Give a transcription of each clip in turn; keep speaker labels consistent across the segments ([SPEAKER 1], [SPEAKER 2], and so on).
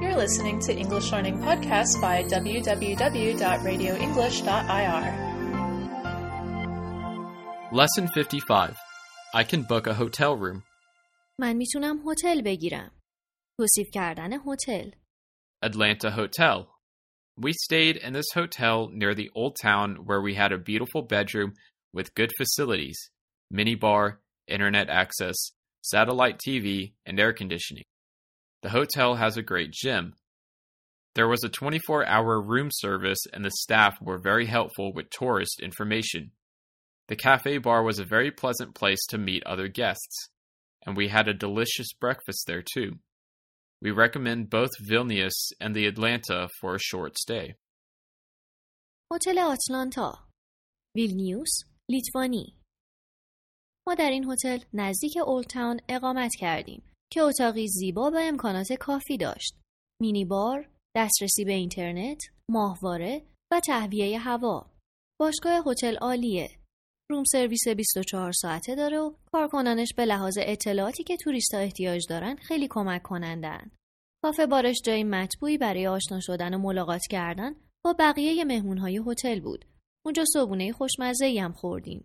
[SPEAKER 1] You're listening to English Learning Podcast by www.radioenglish.ir.
[SPEAKER 2] Lesson 55 I can book a hotel room.
[SPEAKER 3] من میتونم هتل بگیرم. توصیف کردن هتل.
[SPEAKER 2] Atlanta Hotel. We stayed in this hotel near the old town where we had a beautiful bedroom with good facilities, minibar, internet access, satellite TV, and air conditioning. The hotel has a great gym. There was a 24 hour room service, and the staff were very helpful with tourist information. The cafe bar was a very pleasant place to meet other guests, and we had a delicious breakfast there too. We recommend both Vilnius and the Atlanta for a short stay.
[SPEAKER 3] هتل آتلانتا. ویلنیوس، لیتوانی. ما در این هتل نزدیک اولد تاون اقامت کردیم که اتاقی زیبا و امکانات کافی داشت. مینی بار، دسترسی به اینترنت، ماهواره و تهویه هوا. باشگاه هتل عالیه. روم سرویس 24 ساعته داره و کارکنانش به لحاظ اطلاعاتی که توریستا احتیاج دارن خیلی کمک کنندن. کافه بارش جای مطبوعی برای آشنا شدن و ملاقات کردن با بقیه مهمونهای هتل بود. اونجا صبونه خوشمزه هم خوردیم.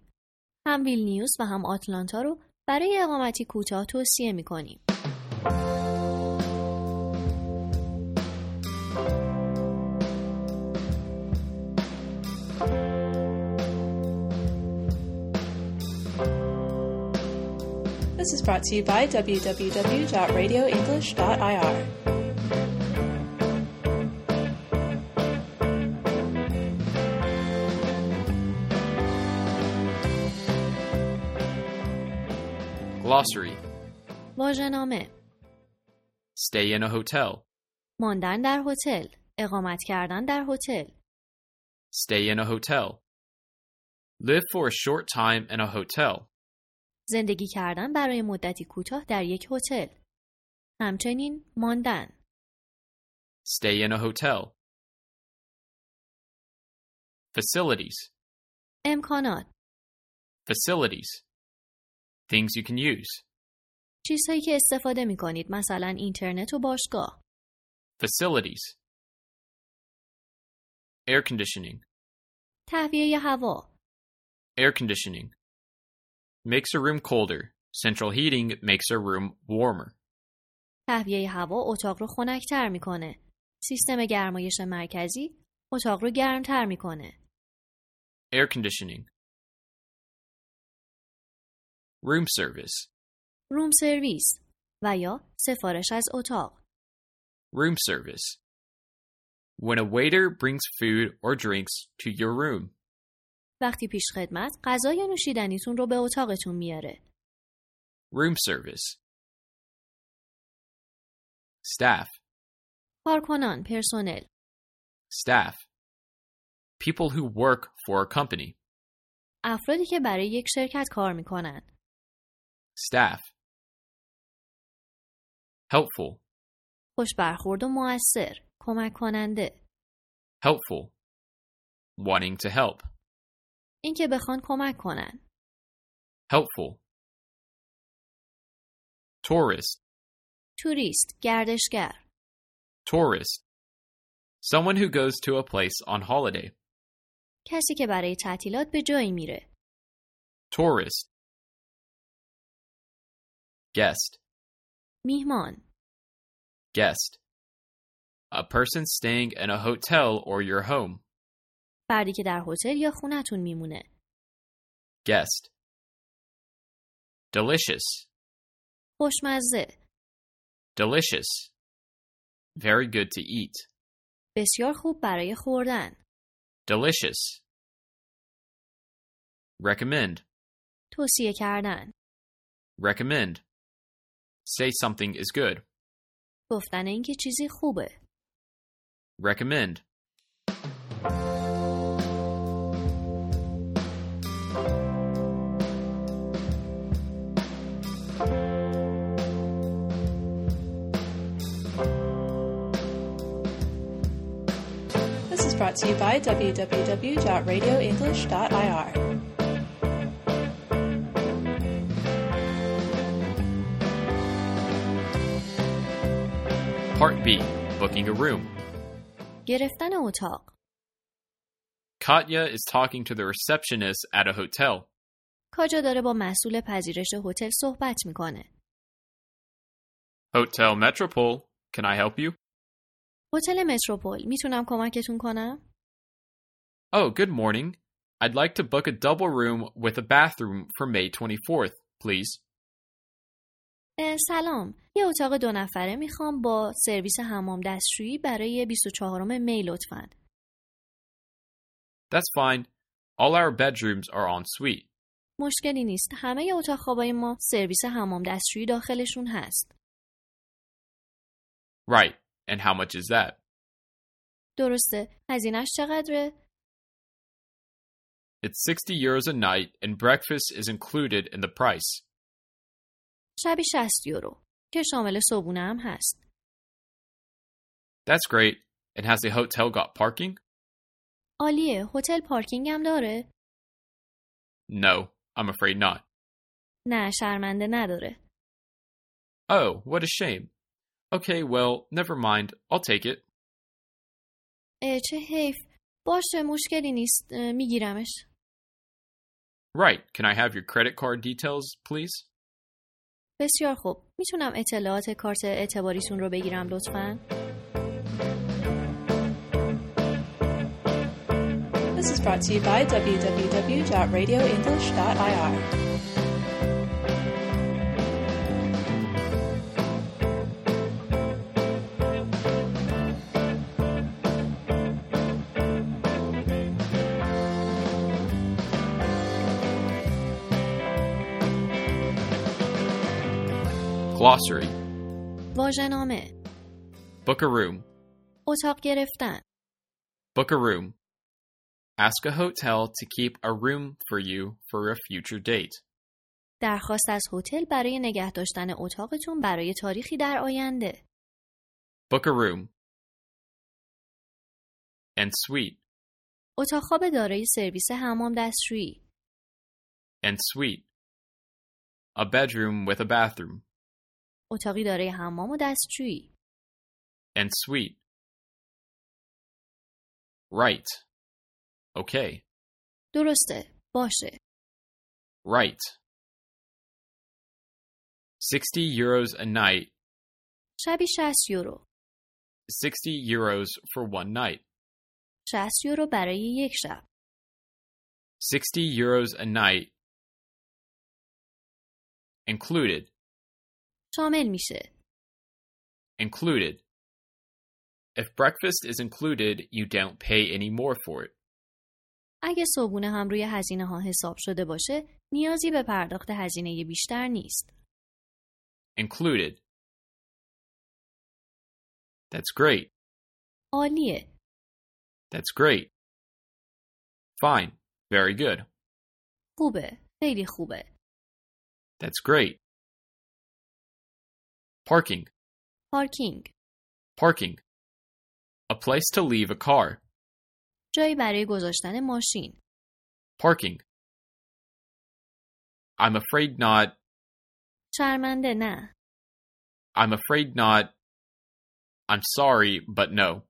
[SPEAKER 3] هم ویلنیوس و هم آتلانتا رو برای اقامتی کوتاه توصیه میکنیم.
[SPEAKER 1] This is brought to you by www.radioenglish.ir.
[SPEAKER 2] Glossary
[SPEAKER 3] واژه‌نامه
[SPEAKER 2] Stay in a hotel.
[SPEAKER 3] ماندن در هتل، اقامت کردن در هتل،
[SPEAKER 2] Stay in a hotel. Live for a short time in a hotel.
[SPEAKER 3] زندگی کردن برای مدتی کوتاه در یک هتل. همچنین ماندن،
[SPEAKER 2] Stay in a hotel. Facilities.
[SPEAKER 3] امکانات،
[SPEAKER 2] Facilities. Things you can use.
[SPEAKER 3] چیزهایی که استفاده می کنید مثلا اینترنت و باشگاه،
[SPEAKER 2] Facilities. Air conditioning.
[SPEAKER 3] تهویه هوا،
[SPEAKER 2] Air conditioning. Makes a room colder. Central heating makes a room warmer.
[SPEAKER 3] تهویه هوا اتاق رو خنکتر میکنه. سیستم گرمایش مرکزی اتاق رو گرمتر میکنه.
[SPEAKER 2] Air conditioning. Room service.
[SPEAKER 3] روم سرویس و یا سفارش از اتاق.
[SPEAKER 2] Room service. When a waiter brings food or drinks to your room.
[SPEAKER 3] وقتی پیشخدمت غذای نوشیدنیتون رو به اتاقتون میاره.
[SPEAKER 2] Room service. Staff.
[SPEAKER 3] کارکنان، پرسنل،
[SPEAKER 2] Staff. People who work for a company.
[SPEAKER 3] افرادی که برای یک شرکت کار میکنن.
[SPEAKER 2] Staff. Helpful.
[SPEAKER 3] خوش برخورد و موثر، کمک کننده.
[SPEAKER 2] Helpful. Wanting to help.
[SPEAKER 3] اینکه بخوان کمک کنن.
[SPEAKER 2] Helpful. Tourist.
[SPEAKER 3] توریست، گردشگر،
[SPEAKER 2] Tourist. Someone who goes to a place on holiday.
[SPEAKER 3] کسی که برای تعطیلات به جایی میره.
[SPEAKER 2] Tourist. Guest.
[SPEAKER 3] میهمان،
[SPEAKER 2] Guest. A person staying in a hotel or your home.
[SPEAKER 3] فردی که در هتل یا خونتون میمونه.
[SPEAKER 2] Guest. Delicious.
[SPEAKER 3] خوشمزه،
[SPEAKER 2] Delicious. Very good to eat.
[SPEAKER 3] بسیار خوب برای خوردن.
[SPEAKER 2] Delicious. Recommend.
[SPEAKER 3] توصیه کردن.
[SPEAKER 2] Recommend. Say something is good.
[SPEAKER 3] گفتن اینکه چیزی خوبه.
[SPEAKER 2] Recommend.
[SPEAKER 1] This is brought to you by www.radioenglish.ir.
[SPEAKER 2] Part B. booking a room.
[SPEAKER 3] گرفتن اتاق
[SPEAKER 2] Katya is talking to the receptionist at a hotel.
[SPEAKER 3] کاجا داره با مسئول پذیرش هتل صحبت میکنه.
[SPEAKER 2] Hotel Metropole, can I help you?
[SPEAKER 3] هتل متروپول میتونم کمکتون کنم؟
[SPEAKER 2] Oh, good morning. I'd like to book a double room with a bathroom for May 24th, please.
[SPEAKER 3] اه، سلام. یه اتاق دو نفره میخوام با سرویس حمام دستشویی برای 24 می لطفاً.
[SPEAKER 2] That's fine. All our bedrooms are en suite.
[SPEAKER 3] مشکلی نیست. همه اتاق خوابای ما سرویس حمام دستشویی داخلشون هست.
[SPEAKER 2] Right. And how much is that?
[SPEAKER 3] درسته. هزینش چقدره؟
[SPEAKER 2] It's 60 euros a night and breakfast is included in the price.
[SPEAKER 3] شبی 60 یورو که شامل صبونه هم هست.
[SPEAKER 2] That's great. And has the hotel got parking?
[SPEAKER 3] عالیه. هتل پارکینگ هم داره؟
[SPEAKER 2] No, I'm afraid not.
[SPEAKER 3] نه، شرمنده نداره.
[SPEAKER 2] Oh, what a shame. Okay, well, never mind. I'll take it.
[SPEAKER 3] اه، چه حیف. باشه مشکلی نیست. اه، میگیرمش.
[SPEAKER 2] Right. Can I have your credit card details, please?
[SPEAKER 3] بسیار خوب. میتونم اطلاعات کارت اعتباریتون رو بگیرم لطفاً؟
[SPEAKER 1] This is brought to you by www.radioenglish.ir.
[SPEAKER 2] Glossary.
[SPEAKER 3] واژه‌نامه،
[SPEAKER 2] Book a room.
[SPEAKER 3] اتاق گرفتن،
[SPEAKER 2] Book a room. Ask a hotel to keep a room for you for a future date.
[SPEAKER 3] درخواست از هتل برای نگه داشتن اتاقتون برای تاریخی در آینده.
[SPEAKER 2] Book a room. And suite.
[SPEAKER 3] اتاق خواب دارای سرویس حمام دستشویی،
[SPEAKER 2] And suite. A bedroom with a bathroom.
[SPEAKER 3] اتاقی دارای حمام و دستشویی،
[SPEAKER 2] And suite. Right. Okay.
[SPEAKER 3] درسته، باشه.
[SPEAKER 2] Right. 60 euros a night.
[SPEAKER 3] شبی 60 یورو،
[SPEAKER 2] 60 euros for one night.
[SPEAKER 3] 60 یورو برای یک شب،
[SPEAKER 2] 60 euros a night. Included.
[SPEAKER 3] شامل میشه.
[SPEAKER 2] Included. If breakfast is included, you don't pay any more for it.
[SPEAKER 3] اگه صبحونه هم روی هزینه ها حساب شده باشه، نیازی به پرداخت هزینه بیشتر نیست.
[SPEAKER 2] Included. That's great.
[SPEAKER 3] عالیه.
[SPEAKER 2] That's great. Fine. Very good.
[SPEAKER 3] خوبه. خیلی خوبه.
[SPEAKER 2] That's great. Parking.
[SPEAKER 3] پارکینگ.
[SPEAKER 2] Parking. A place to leave a car.
[SPEAKER 3] جایی برای گذاشتن ماشین.
[SPEAKER 2] Parking. I'm afraid not.
[SPEAKER 3] شرمنده نه.
[SPEAKER 2] I'm afraid not. I'm sorry, but no.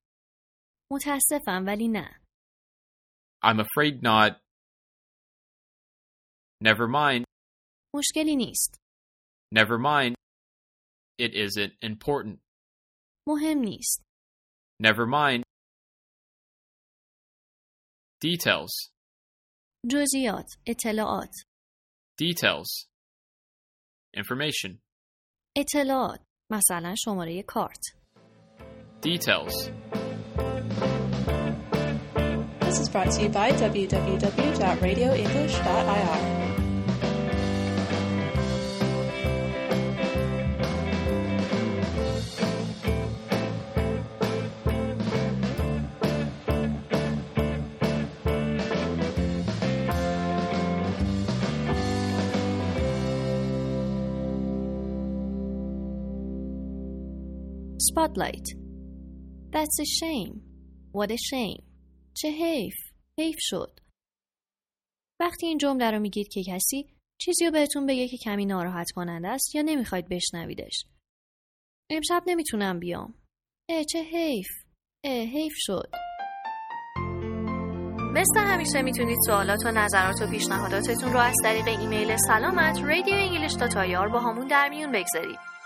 [SPEAKER 3] متاسفم ولی نه.
[SPEAKER 2] I'm afraid not. Never mind.
[SPEAKER 3] مشکلی نیست.
[SPEAKER 2] Never mind. It isn't important.
[SPEAKER 3] مهم نیست.
[SPEAKER 2] Never mind. Details.
[SPEAKER 3] جزئیات، اطلاعات،
[SPEAKER 2] Details. Information.
[SPEAKER 3] اطلاعات، مثلا شماره کارت.
[SPEAKER 2] Details.
[SPEAKER 1] This is brought to you by www.radioenglish.ir.
[SPEAKER 3] Spotlight. That's a shame. What a shame. چه حیف. حیف شد. وقتی این جمله رو میگید که کسی چیزی رو بهتون بگه که کمی ناراحت کننده است یا نمیخواید بشنویدش. امشب نمیتونم بیام. اه چه حیف اه حیف شد مثل همیشه میتونید سوالات و نظرات و پیشنهاداتتون رو از طریق ایمیل سلامت رادیو انگلیش با همون در میون بگذارید